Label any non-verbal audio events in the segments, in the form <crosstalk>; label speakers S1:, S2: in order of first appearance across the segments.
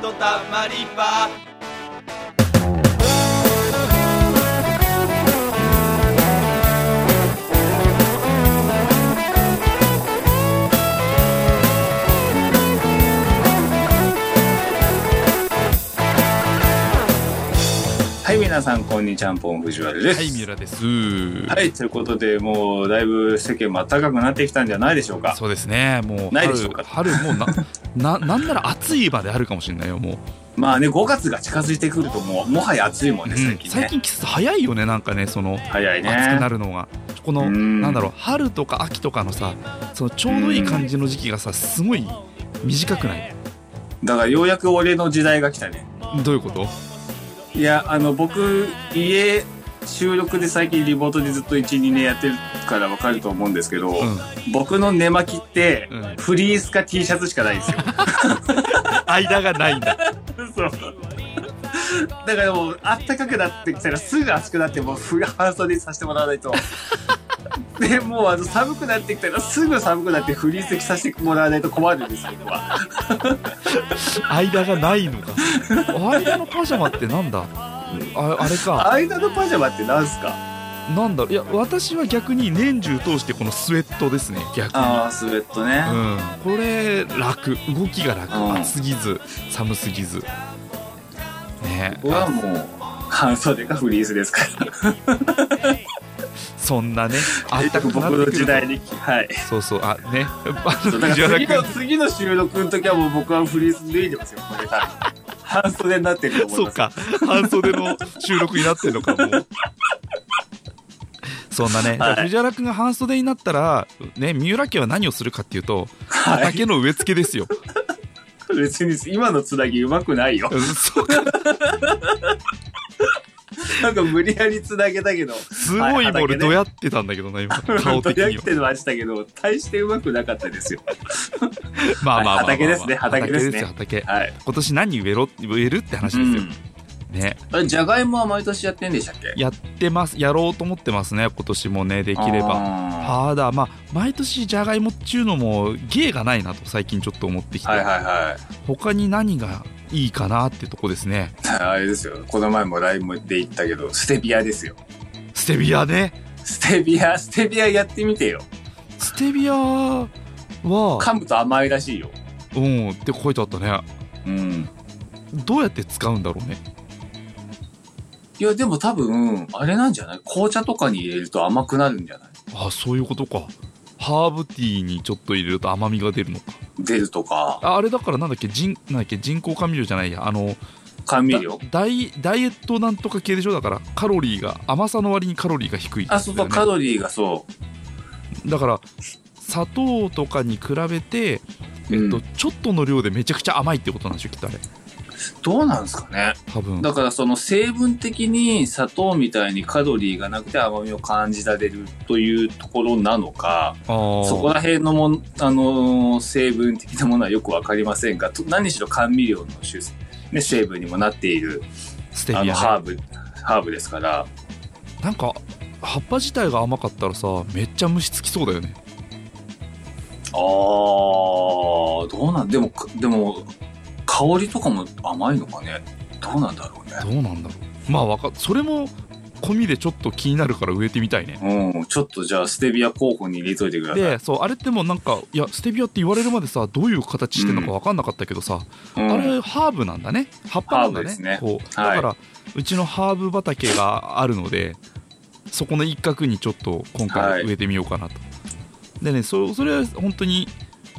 S1: とたまり場
S2: はい、皆さん、こんにちは、ポン藤原です。
S3: はい、三浦です。
S2: はい、ということで、もう、だいぶ世間も暖かくなってきたんじゃないでしょうか。
S3: そうですね、もう
S2: ない
S3: 春、
S2: でしょうか
S3: 春もうな、な、 <laughs> なんなら暑い場であるかもしれないよ、もう。
S2: まあね、5月が近づいてくると、もう、もはや暑いもん
S3: う
S2: ね、
S3: ん
S2: 最近ね。
S3: 最近季節早いよね、なんかね、その、
S2: 早いね。
S3: 暑くなるのが。この、
S2: うん
S3: なんだろう、春とか秋とかのさ、そのちょうどいい感じの時期がさ、すごい短くない。
S2: だから、ようやく俺の時代が来たね。
S3: どういうこと
S2: いや、あの、僕、家、収録で最近リモートでずっと1、2年やってるからわかると思うんですけど、
S3: う
S2: 僕の寝巻きって、
S3: ん、うん。
S2: フリースか T シャツしかないんですよ。
S3: 間がないんだ。
S2: そう。 <laughs> だからもう、暖かくなってきたらすぐ暑くなって、もう冬半袖にさせてもらわ <laughs> ないと。で、もうあの寒くなってきたらすぐ寒くなってフリース着させてもらわないと困るんですよ、僕は。
S3: 間がない
S2: <laughs>
S3: のか。間のパジャマってなんだああれか。
S2: 間のパジャマってなんすか
S3: なんだろういや、私は逆に年中通してこのスウェットですね、逆に。
S2: ああ、スウェットね
S3: うん、これ楽動きが楽、
S2: うん
S3: 暑すぎず寒すぎずね
S2: 僕はもう、半袖かフリースですから。
S3: そんな
S2: <laughs>
S3: ねあ
S2: あっ
S3: っ
S2: た
S3: た
S2: く
S3: く
S2: 僕
S3: なって
S2: の
S3: くる
S2: 時代に、はい。
S3: そうそうあねあ
S2: <laughs> そうだ
S3: 藤
S2: から次の、
S3: 原君
S2: 次の収録の時はもう僕はフリース脱いでますよ、これ多分半袖になってると思い
S3: <laughs> そ
S2: ま
S3: う
S2: す。
S3: か半袖の収録になってるのかも <laughs> うそんなね、
S2: はい
S3: 藤原君が半袖になったら、ね、三浦家は何をするかっていうと
S2: はい。
S3: 畑の植え付けですよ、 <laughs>
S2: 別に今のつなぎうまくないよ。
S3: うんそうか
S2: なんか無理やり繋げたけど、
S3: すごい
S2: はい
S3: もう俺
S2: 畑ね
S3: どやってたんだけどな今顔的
S2: や
S3: に
S2: <laughs> っ
S3: は
S2: てましたけど、大してうまくなかったですよ。
S3: まあまあまあまあま
S2: は
S3: あ
S2: い畑ですね畑ですね
S3: よ畑
S2: はい。
S3: 今年何植えろ植えるって話ですよ、ね
S2: あれ、じゃがいもは毎年やってんでしたっけ
S3: やってますやろうと思ってますね今年もねで
S2: で
S3: きれば
S2: は
S3: ただまあ毎年じゃがいもっちゅうのも芸がないなと最近ちょっと思ってき
S2: い
S3: て、
S2: はいは
S3: 他に何がいいかなってとこですね
S2: い。あれですよ。この前もライブで言ったけど、ステビアですよ。
S3: ステビアね
S2: ステビア、ステビアやってみてよ。
S3: ステビアは
S2: 噛むと甘いらしいよ。
S3: うんって書いてあったね
S2: うん。
S3: どうやって使うんだろうね
S2: いや、でも多分、あれなんじゃない紅茶とかに入れると甘くなるんじゃない
S3: あそういうことかハーブティーにちょっと入れると甘みが出るのか
S2: 出るとか、
S3: ああれだからなんだっけ人なんだっけ人工甘味料じゃないやあの
S2: 甘味
S3: だ
S2: 料。
S3: ダイダイエットなんとか系でしょだからカロリーが甘さの割にカロリーが低いって
S2: あ、
S3: こと
S2: そうそ
S3: だよ
S2: う、
S3: ね
S2: カロリーがそう。
S3: だから砂糖とかに比べて、えっ
S2: う
S3: と
S2: ん、
S3: ちょっとの量でめちゃくちゃ甘いってことなんでしょきっとあれ
S2: どうなんですかね。
S3: 多分
S2: だからその成分的に砂糖みたいにカロリーがなくて甘みを感じられるというところなのか、
S3: あー
S2: そこら辺のもん、あのー成分的なものはよくわかりませんが、と何しろ甘味料の種、ね、成分にもなっている、
S3: ステビア
S2: あ
S3: ね
S2: の、ハーブ、ハーブですから、
S3: なんか葉っぱ自体が甘かったらさめっちゃ虫つきそうだよね
S2: あー、どうなん、でも、でも、香りとかも甘いのかね。どうなんだろうね。
S3: どうなんだろうまあわかそれも込みでちょっと気になるから植えてみたいね
S2: うん、ちょっとじゃあステビア候補に入れといてください。
S3: でそうあれってもうなんかいやステビアって言われるまでさどういう形してるのか分かんなかったけどさ、
S2: うん
S3: あれハーブなんだね葉っぱなん
S2: ハ
S3: だ
S2: ーブで
S3: ね
S2: すね
S3: こうだ
S2: はい
S3: から、うちのハーブ畑があるのでそこの一角にちょっと今
S2: は
S3: 回
S2: い
S3: 植えてみようかなと、でねそそれは本当に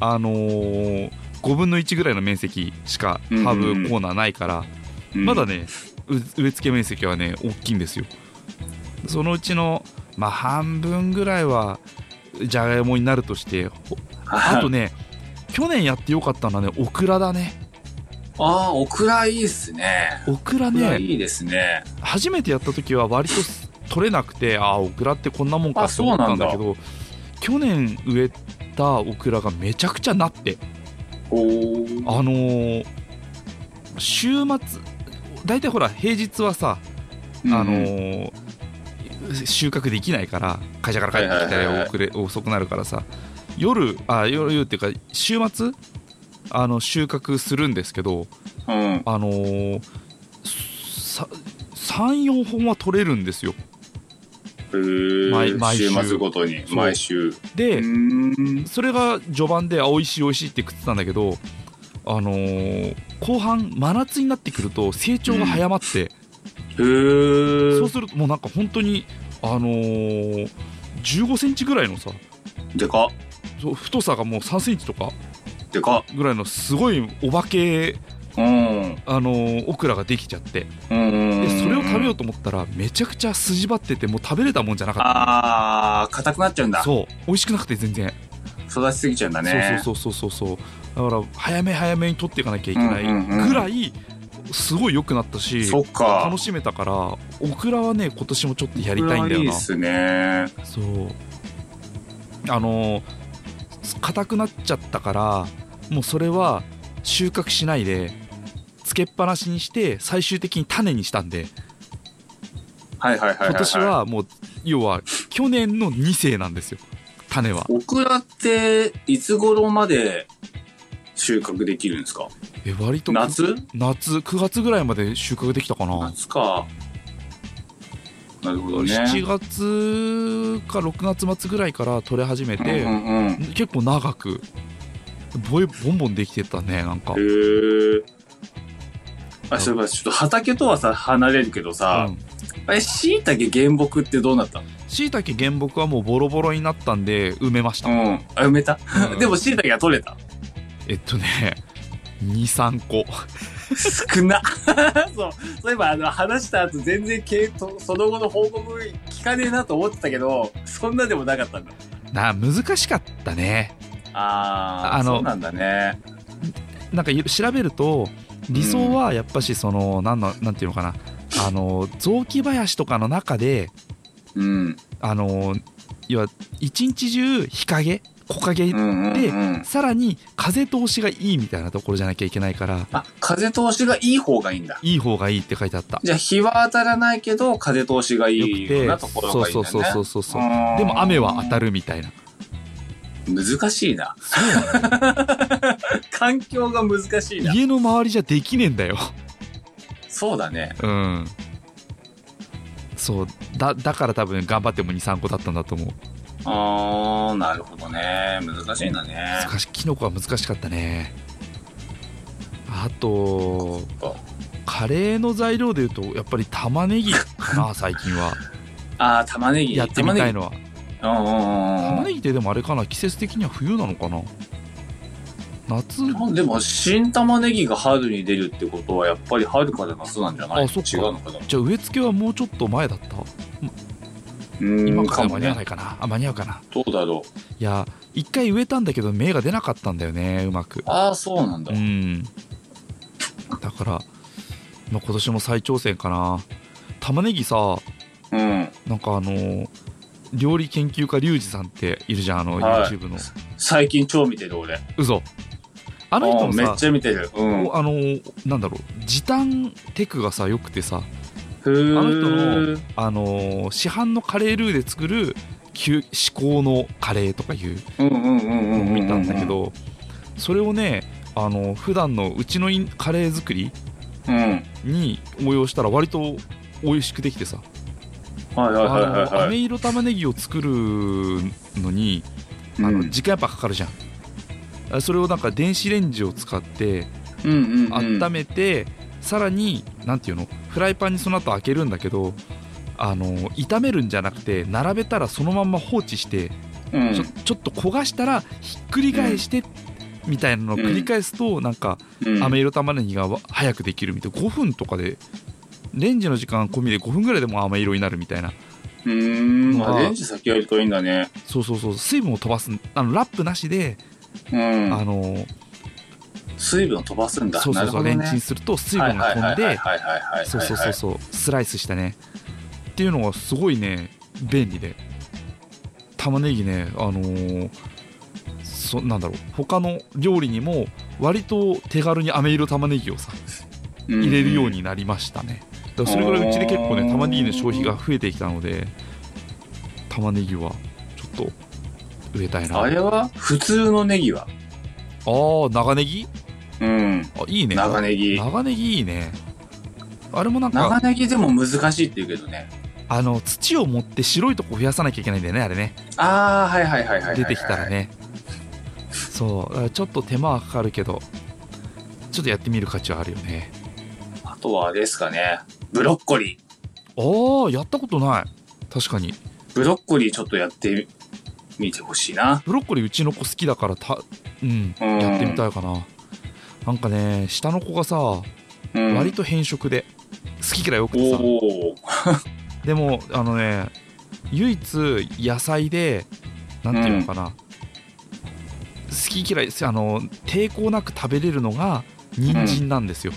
S3: あのー5分の1ぐらいの面積しかハ
S2: うんうんうん
S3: ーブコーナーないから、
S2: うん
S3: ま
S2: <laughs>
S3: だねう植え付け面積はね大きいんですよそのうちのまあ半分ぐらいはじゃがいもになるとしてほあとね去年やってよかったのはねオクラだね
S2: ああ、オクラいいっすね。
S3: オクラ
S2: オクラ
S3: ね
S2: いいですね。
S3: 初めてやった時は割と取れなくてああオクラってこんなもんか
S2: あ
S3: って思ったんだけ
S2: そう
S3: ど去年植えたオクラがめちゃくちゃなって
S2: おー
S3: あのー週末大体ほら平日はさ、あの
S2: うん
S3: ー収穫できないから会社から帰ってきた
S2: はいはいはいは
S3: ら
S2: い
S3: 遅れ遅くなるからさ夜あ夜夜っていうか週末あの収穫するんですけど
S2: うん。
S3: あのー、34本は取れるんですよ
S2: えー
S3: 毎毎週
S2: 週末ごとに
S3: そう
S2: 毎週う
S3: で、
S2: ーん
S3: それが序盤であ美味しい美味しいって食ってたんだけどあのー後半真夏になってくると成長が早まって、
S2: へー
S3: そうするともうなんか本当にあのー15センチぐらいのさ
S2: でかっ
S3: そう太さがもう3センチとか
S2: でかっ
S3: ぐらいのすごいお化け、
S2: うん
S3: あのーオクラができちゃって
S2: うんうんう
S3: で
S2: ん
S3: それを食べようと思ったらめちゃくちゃ筋張っててもう食べれたもんじゃなかっ
S2: ああ硬くなっちゃうん
S3: た
S2: だ
S3: そう美味しくなくて全然、
S2: 育ちすぎちゃうんだね
S3: そうそうそうそうそうだから早め早めに取っていかなきゃいけない
S2: うんうんうん
S3: ぐらいすごい良くなったし
S2: そっか
S3: 楽しめたからオクラはね今年もちょっとやりたいんだよ
S2: いい
S3: な
S2: っすね
S3: そうあのー硬くなっちゃったからもうそれは収穫しないでつけっぱなしにして最終的に種にしたんで
S2: はいはいはいはい、はい、
S3: 今年はもう要は去年の2世なんですよ種は
S2: オクラっていつ頃まで収穫できるんですか
S3: え割と
S2: 夏
S3: 夏9月ぐらいまで収穫できたかな、
S2: 夏かなるほどね
S3: 7月か6月末ぐらいから取れ始めて、
S2: うんうんうん、へ
S3: 結構長くボイボンボンできてたねなんか、
S2: えあそういえばちょっと畑とはさ離れるけどさ、あれしいたけ原木ってどうなった
S3: しいたけ原木はもうボロボロになったんで埋めました、
S2: のうんあ埋めた、
S3: うん
S2: でもしいたけが取れた
S3: えっとね23個
S2: 少な <laughs> そうそういえばあの話した後全然けとその後の報告聞かねえなと思ってたけどそんなでもなかったんだ
S3: な難しかったね
S2: あー
S3: あの
S2: そうなんだね
S3: なんかい調べると理想はやっぱしそのなんのなんていうのかなあの雑木林とかの中で
S2: うん
S3: あの要は一日中日陰木陰
S2: うんうん
S3: で
S2: うん
S3: さらに風通しがいいみたいなところじゃなきゃいけないから
S2: あ風通しがいい方がいいんだ
S3: いい方がいいって書いてあった
S2: じゃあ日は当たらないけど風通しがい
S3: よ
S2: い
S3: く
S2: よう
S3: て
S2: なところ
S3: そ
S2: が
S3: う
S2: いいんだ
S3: そう
S2: ね
S3: そうそうそうそう
S2: ーん
S3: でも雨は当たるみたいな
S2: 難しいな <laughs> 環境が難しいな
S3: 家の周りじゃできねえんだよ
S2: そうだね
S3: うんそうだだから多分頑張っても23個だったんだと思う
S2: あーなるほどね難しいんだね
S3: 難しキノコは難しかったねあと
S2: そっか
S3: カレーの材料でいうとやっぱり玉ねぎかな最近は
S2: あー玉ねぎ
S3: やってみたい
S2: の
S3: のは
S2: うんうんうんうん
S3: 玉ねぎってでもあれかな季節的には冬なのかな夏
S2: でも新玉ねぎが春に出るってことはやっぱり春から夏なんじゃない
S3: あそっか
S2: 違うのかな
S3: じゃあ植え付けはもうちょっと前だった
S2: 今
S3: 今から間に合
S2: ね
S3: わないかなあ間に合うかな
S2: どうだろう
S3: いや一回植えたんだけど芽が出なかったんだよねうまく
S2: ああそうなんだ、
S3: うんだから、まあ、今年も再挑戦かな玉ねぎさ
S2: うん、
S3: なんかあのー料理研究家リュウジさんっているじゃんあの
S2: はい
S3: YouTube の
S2: 最近超見てる俺
S3: 嘘あの人
S2: う
S3: も
S2: んめ
S3: さ
S2: っちゃ見てるうん
S3: おあのーなんだろう時短テクがさよくてさ
S2: ふー
S3: あの人のあのー市販のカレールーで作る旧至高のカレーとかいう
S2: うんうんうんうんうん
S3: 見たんだけどそれをねあの普段のうちのインカレー作り
S2: うんはい
S3: に応用したら割と美味しくできてさ
S2: はいはい
S3: あ
S2: はい
S3: の
S2: は
S3: 飴
S2: い
S3: 色玉ねぎを作るのに
S2: うん
S3: あ
S2: う
S3: の
S2: ん
S3: 時間やっぱかかるじゃんあそれをなんか電子レンジを使って
S2: うんうん
S3: 温めてさらになんていうのフライパンにその後開けるんだけどあの炒めるんじゃなくて並べたらそのまんま放置して
S2: うん
S3: ちょちょっと焦がしたらひっくり返してみたいなのを繰り返すとなんか
S2: うん
S3: 飴色玉ねぎがわ早くできるみたいな5分とかでレンジの時間込みで5分ぐらいでもう飴色になるみたいな
S2: うーん
S3: まあ
S2: あレンジ先やるといいんだね
S3: そうそうそう水分を飛ばすあのラップなしで、
S2: う
S3: あ
S2: ん
S3: の
S2: 水分を飛ばすんだ
S3: そうそうそ
S2: な
S3: う、レ
S2: る
S3: ン
S2: ほど
S3: チ
S2: ね
S3: ンすると水分が飛ん
S2: はい
S3: で
S2: はいはいはいはいはいはい
S3: そうそうそうそうスライスしたねっていうのがすごいね便利で玉ねぎねあのーそなんだろう他の料理にも割と手軽に飴色玉ねぎをさ
S2: うん
S3: 入れるようになりましたね、だからそれぐらいうちで結構ね玉ねぎの消費が増えてきたので玉ねぎはちょっと植えたいな
S2: あれは普通のネギは
S3: あー長ネギ
S2: うん。
S3: あいいね
S2: 長ネギ。
S3: 長ネギいいねあれもなんか
S2: 長ネギでも難しいって言うけどね。
S3: あの土を持って白いとこ増やさなきゃいけないんだよねあれね
S2: ああ、はいはいはいはいはいはい。
S3: 出てきたら。ねそうだからちょっと手間はかかるけどちょっとやってみる価値はあるよね
S2: あとはあれですかね。ブロッコリー。
S3: ああやったことない確かに
S2: ブロッコリーちょっとやってみてほしいな。
S3: ブロッコリーうちの子好きだからたうん
S2: うん
S3: やってみたいかななんかね下の子がさ
S2: うん。
S3: 割と偏食で好き嫌い多くてさ
S2: おお。
S3: でもあのね唯一野菜でなんていうのかな、好き嫌いあの抵抗なく食べれるのが人参なんですよ、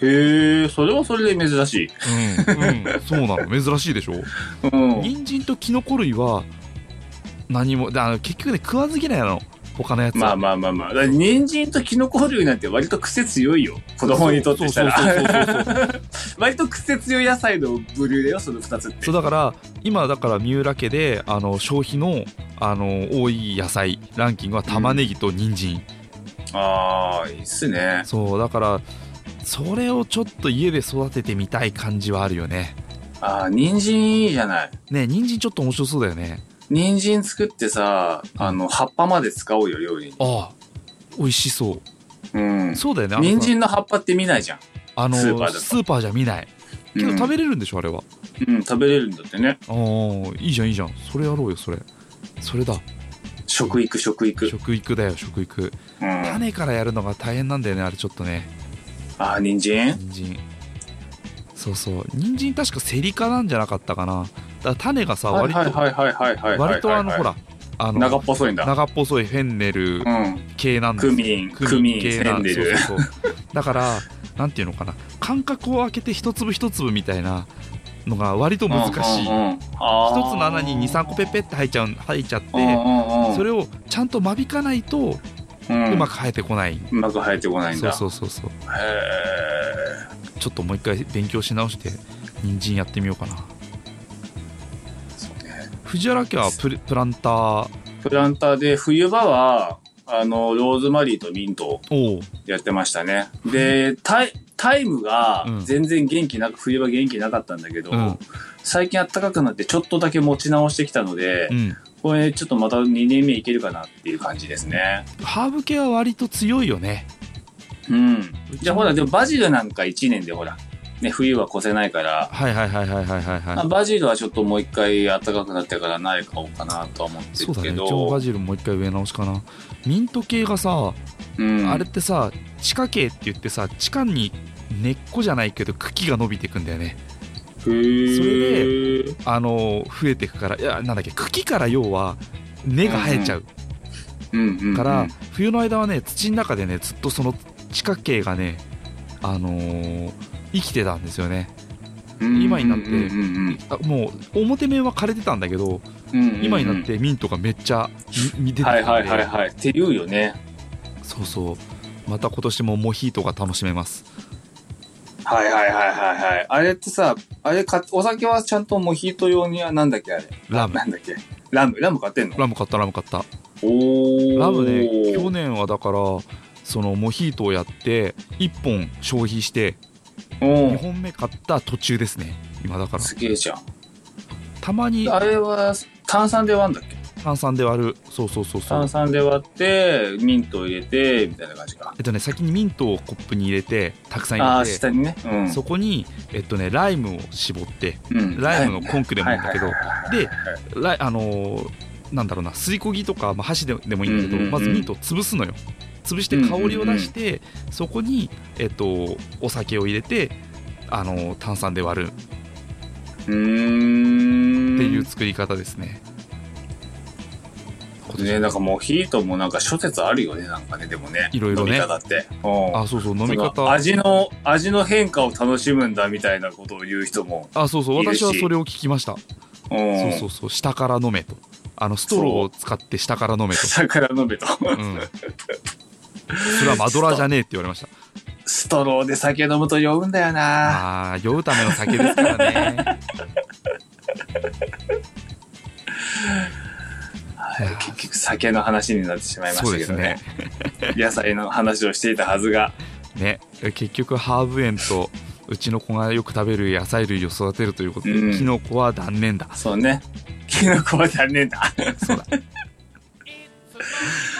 S2: へえ、それはそれで珍しい。
S3: うんうんそうなの珍しいでしょ
S2: うん。
S3: 人参とキノコ類は何もだ結局ね食わず嫌いなの他のやつは
S2: まあまあまあまあ。だから人参とキノコ類なんて割と癖強いよ。子供にとってしたら。
S3: そうそうそうそうそう
S2: 割と癖強い野菜の部類だよ、その二つって。
S3: そうだから今だから三浦家であの消費のあの多い野菜ランキングは玉ねぎと人参、
S2: ああ、いいっすね。
S3: そうだからそれをちょっと家で育ててみたい感じはあるよね
S2: ああ、人参いいじゃない。
S3: ね人参ちょっと面白そうだよね
S2: 人参作ってさ、あの、葉っぱまで使おうよ、料理に。
S3: ああ美味しそう
S2: うん。
S3: そうだよねあの
S2: 人参の葉っぱって見ないじゃん。
S3: あの
S2: スーパーだと
S3: スーパーじゃ見ないけど食べれるんでしょあれは
S2: うん、うん食べれるんだってね。
S3: ああいいじゃんいいじゃんそれやろうよそれそれだ
S2: 食育、食育。
S3: 食育だよ食育
S2: うん。あ
S3: 種からやるのが大変なんだよねあれちょっとね
S2: あ、人参
S3: 人参そうそう人参確かセリ科なんじゃなかったかなだから種がさ
S2: はい
S3: 割と、
S2: はいはいはいはいはいはいはい。
S3: 割とあのほらあの
S2: 長っぽそいんだ。
S3: 長っぽそいフェンネル
S2: うん。
S3: 系なんです
S2: ク
S3: よ
S2: ミン、クミン、
S3: 系
S2: セ
S3: な
S2: ンデル。
S3: そうそうそうだからなんていうのかな間隔を空けて一粒一粒みたいなのが割と難しい一つの穴に23個ペッペって入っちゃう入っちゃってそ
S2: そ
S3: れをちゃんと間引かないと
S2: れう
S3: うんまく生えてこない、
S2: うまく生えてこないん
S3: そう
S2: だ。
S3: そうそうそう
S2: へえ。
S3: ちょっともう一回勉強し直して人参やってみようかな
S2: そうね
S3: 藤原家はプレプランター
S2: プランターで冬場は、あの、ローズマリーとミントを
S3: おう
S2: やってましたね。で、タイタイムが
S3: うん
S2: 全然元気なく、冬場元気なかったんだけど、
S3: うん
S2: 最近暖かくなってちょっとだけ持ち直してきたので、
S3: うん
S2: これちょっとまた2年目いけるかなっていう感じですね。
S3: ハーブ系は割と強いよね
S2: うん。じゃあほら、でもバジルなんか1年でほら、ね、冬は越せないから、
S3: はいはいはいはいはいはいはい
S2: まあバジルはちょっともう一回暖かくなってから苗買おうかなとは思って
S3: そ
S2: る
S3: うだね
S2: け
S3: うち
S2: ど。
S3: もバジルもう一回植え直しかなミント系がさ、
S2: うん、
S3: あれってさ地下茎って言ってさ地下に根っこじゃないけど茎が伸びていくんだよね
S2: それで、
S3: あの増えていくからいやなんだっけ茎から要は根が生えちゃう
S2: うんうんうん
S3: から、冬の間はね土の中でねずっとその地下茎がねあのー生きてたんですよね今になってあもう表面は枯れてたんだけど今になってミントがめっちゃみ見て
S2: て
S3: て
S2: はいはい
S3: た
S2: は
S3: んで
S2: いはいって言うよね
S3: そうそうまた今年もモヒートが楽しめます
S2: はいはいはいはいはいあれってさあれかお酒はちゃんとモヒート用にはなんだっけあれ
S3: ラム
S2: なんだっけラムラム買ってんの
S3: ラム買ったラム買った
S2: おお
S3: ラムね去年はだからそのモヒートをやって1本消費して2
S2: う
S3: 本目買った途中ですね今だか
S2: ん
S3: ら
S2: すげえじゃん
S3: たまに
S2: あれは炭酸で割るんだっけ
S3: 炭酸で割るそうそうそうそう
S2: 炭酸で割ってミントを入れてみたいな感じか
S3: えっとね先にミントをコップに入れてたくさん
S2: あ
S3: 入
S2: あ
S3: れ
S2: 下
S3: て
S2: にねうん
S3: そこにえっとねライムを絞って
S2: うん
S3: ライムのコンクでもいいんだけど
S2: はいはいはいはい
S3: でライあのーなんだろうなすりこぎとか、まあ、箸ででもいいんだけど、
S2: うんうんうん
S3: まずミントを潰すのよ潰して香りを出して、そこに、えっと、お酒を入れてあのー炭酸で割るっ
S2: うーん
S3: ていう作り方ですね、今年
S2: ね、なんかモヒートもなんか諸説あるよね、なんかね、でもね。
S3: いろいろね
S2: 飲み方って。うん
S3: あそうそう飲み
S2: そ
S3: 方
S2: の味の、味の変化を楽しむんだみたいなことを言う人も。
S3: あそうそう
S2: いる
S3: 私
S2: し
S3: はそれを聞きました
S2: うん。
S3: そう
S2: <laughs>
S3: そうそう下から飲めとあのストローを使って下から飲めと
S2: 桜飲めと。
S3: うん、それはマドラーじゃねえって言われました
S2: <laughs> ストローで酒飲むと酔うんだよな。
S3: ああ酔うための酒ですからね
S2: はい結局酒の話になってしまいまし
S3: そう
S2: たけ
S3: です
S2: どね。
S3: ね
S2: 野菜の話をしていたはずが、
S3: ね結局ハーブ園とうちの子がよく食べる野菜類を育てるということで、
S2: うん
S3: キノコは断念だ
S2: そうね。キノコは残念だ。
S3: そ
S2: <laughs>
S3: うだ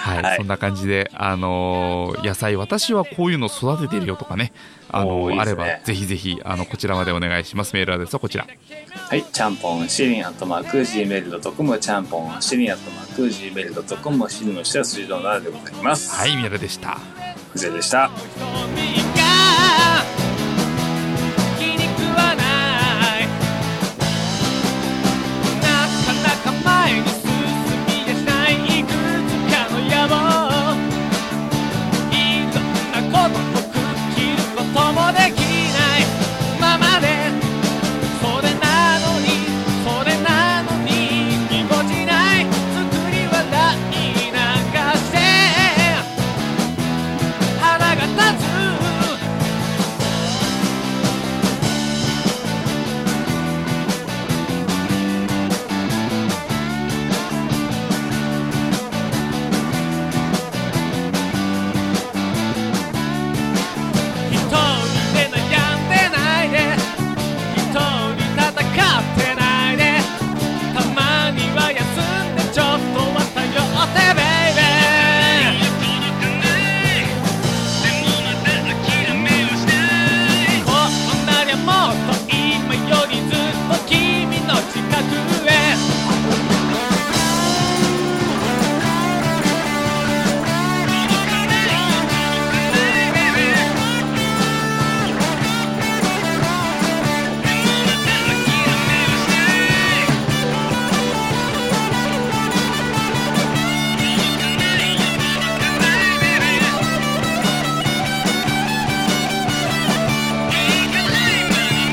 S3: はい、
S2: はい
S3: そんな感じで、あのー野菜私はこういうの育ててるよとかね、あの
S2: おーい
S3: ー
S2: い
S3: あ
S2: です
S3: れ
S2: ね
S3: ばぜひぜひあのこちらまでお願いしますメールアドレスはこちら
S2: はい、ちゃんぽんシリンアットマーク Gmail.com ちゃんぽんシリンアットマーク Gmail.com シリンの下は水道7でございます。
S3: はいミヤルでした
S2: 以上でした。
S1: 「気に食わない」「なかなか前に進み出ないいくつかの野望」「いろんなことをくっ切ることもできないままで」「それなのにそれなのに気持ちない」「作り笑い流して」花が立つ一人で悩んでないで一人戦ってないでたまには休んでちょっとは頼ってベイベーでもまた諦めはしないこんなにもっと今よりずっと君の近くへ今日も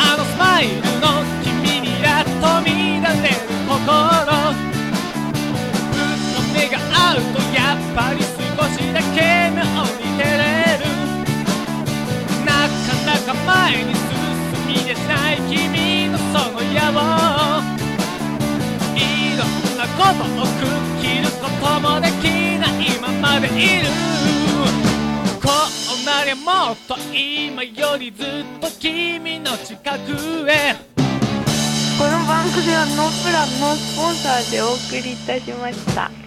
S1: あのスマイルの君にやっと見られる心ずっと目が合うとやっぱり少しだけ目を似てれるなかなか前に進み出せない君のその野望いろんなことをくっ切ることもできないままでいるこうなりゃもっと今よりずっと君の近くへ
S4: この番組はノープランのスポンサーでお送りいたしました。